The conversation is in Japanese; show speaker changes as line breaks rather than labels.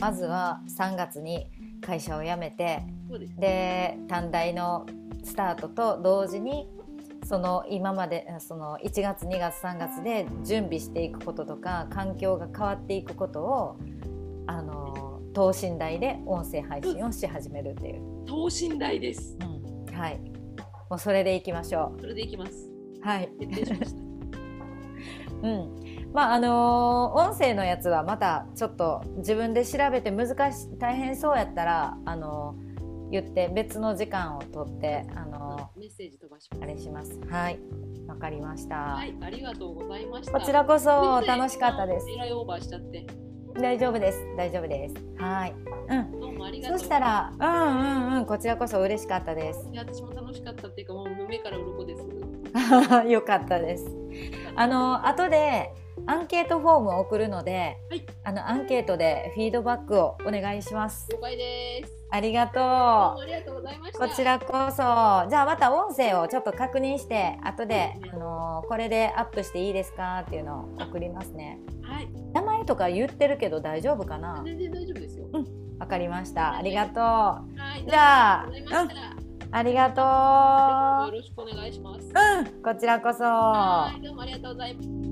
まずは3月に会社を辞めて
そうですね
で短大のスタートと同時にその今まであその1月2月3月で準備していくこととか環境が変わっていくことをあの等身大で音声配信をし始めるっていう、
等身大です
はいもうそれでいきましょ
それでいきます
うはい
決定しました
うん、まああのー音声のやつはまたちょっと自分で調べて難しい大変そうやったら、あのー言って別の時間を取って、 あの
メッセージ飛ばし
ー
ま
あ
す
れしますはいわかりました、
はいありがとうございました
こちらこそ楽しかったです
えらいオーバーしちゃって
大丈夫です大丈夫ですはいうん
どうもありがと
そうしたらうんうんうんこちらこそ嬉しかったです
いや私も楽しかったっていうかもう目から鱗です
よかったですあのー後でアンケートフォームを送るので、
はい
あのアンケートでフィードバックをお願いします
了解です
ありがとう
どうもありがとうございました
こちらこそじゃあまた音声をちょっと確認して後で、あのーこれでアップしていいですかっていうのを送りますね
はい
名前とか言ってるけど大丈夫かな
全然大丈夫ですよ
わかりましたありがと
はい
じゃあ
どうもりがとうございまし
うありが
た
と
よろしくお願いします
ううんこちらこそ
はいどうもありがとうございます